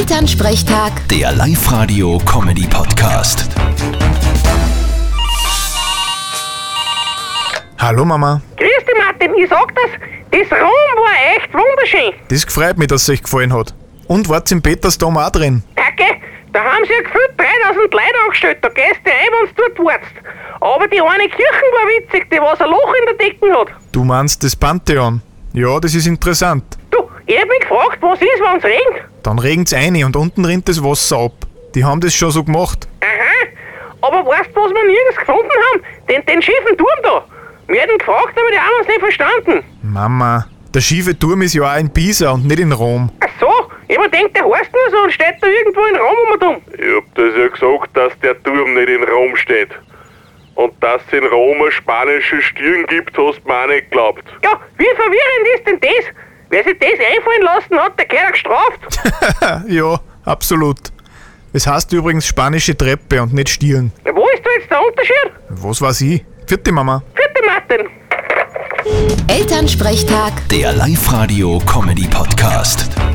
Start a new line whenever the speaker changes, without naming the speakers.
Elternsprechtag,
Der Live-Radio-Comedy-Podcast.
Hallo Mama,
Grüß dich, Martin, ich sag das, das Rom war echt wunderschön.
das freut mich, dass es euch gefallen hat. Und wart's im Petersdom auch drin?
Danke, da haben sie ja gefühlt 3000 Leute angestellt, da gehst du ein, wenn du dort warst. Aber die eine Kirche war witzig, die was ein Loch in der Decke hat.
Du meinst das Pantheon? Ja, das ist interessant.
Du, ich hab mich gefragt, was ist, wenn's regnet?
Dann regen's eine und unten rinnt das Wasser ab. Die haben das schon so gemacht.
Aha, aber weißt du, was wir nirgends gefunden haben? Den, den schiefen Turm da. Wir hätten gefragt, aber die haben uns nicht verstanden.
Mama, der schiefe Turm ist ja auch in Pisa und nicht in Rom.
Ach so, jemand denkt, der heißt nur so und steht da irgendwo in Rom um und um.
Ich hab das ja gesagt, dass der Turm nicht in Rom steht. Und dass es in Rom eine spanische Stirn gibt, hast du mir auch nicht geglaubt.
Ja, wie verwirrend ist denn das? Wer sich das einfallen lassen hat, der gehört gestraft.
Ja, absolut. Es heißt übrigens spanische Treppe und nicht Stirn.
Ja, Wo ist da jetzt der Unterschied?
Was weiß ich? Vierte Mama.
Vierte Martin.
Elternsprechtag.
Der Live-Radio-Comedy-Podcast.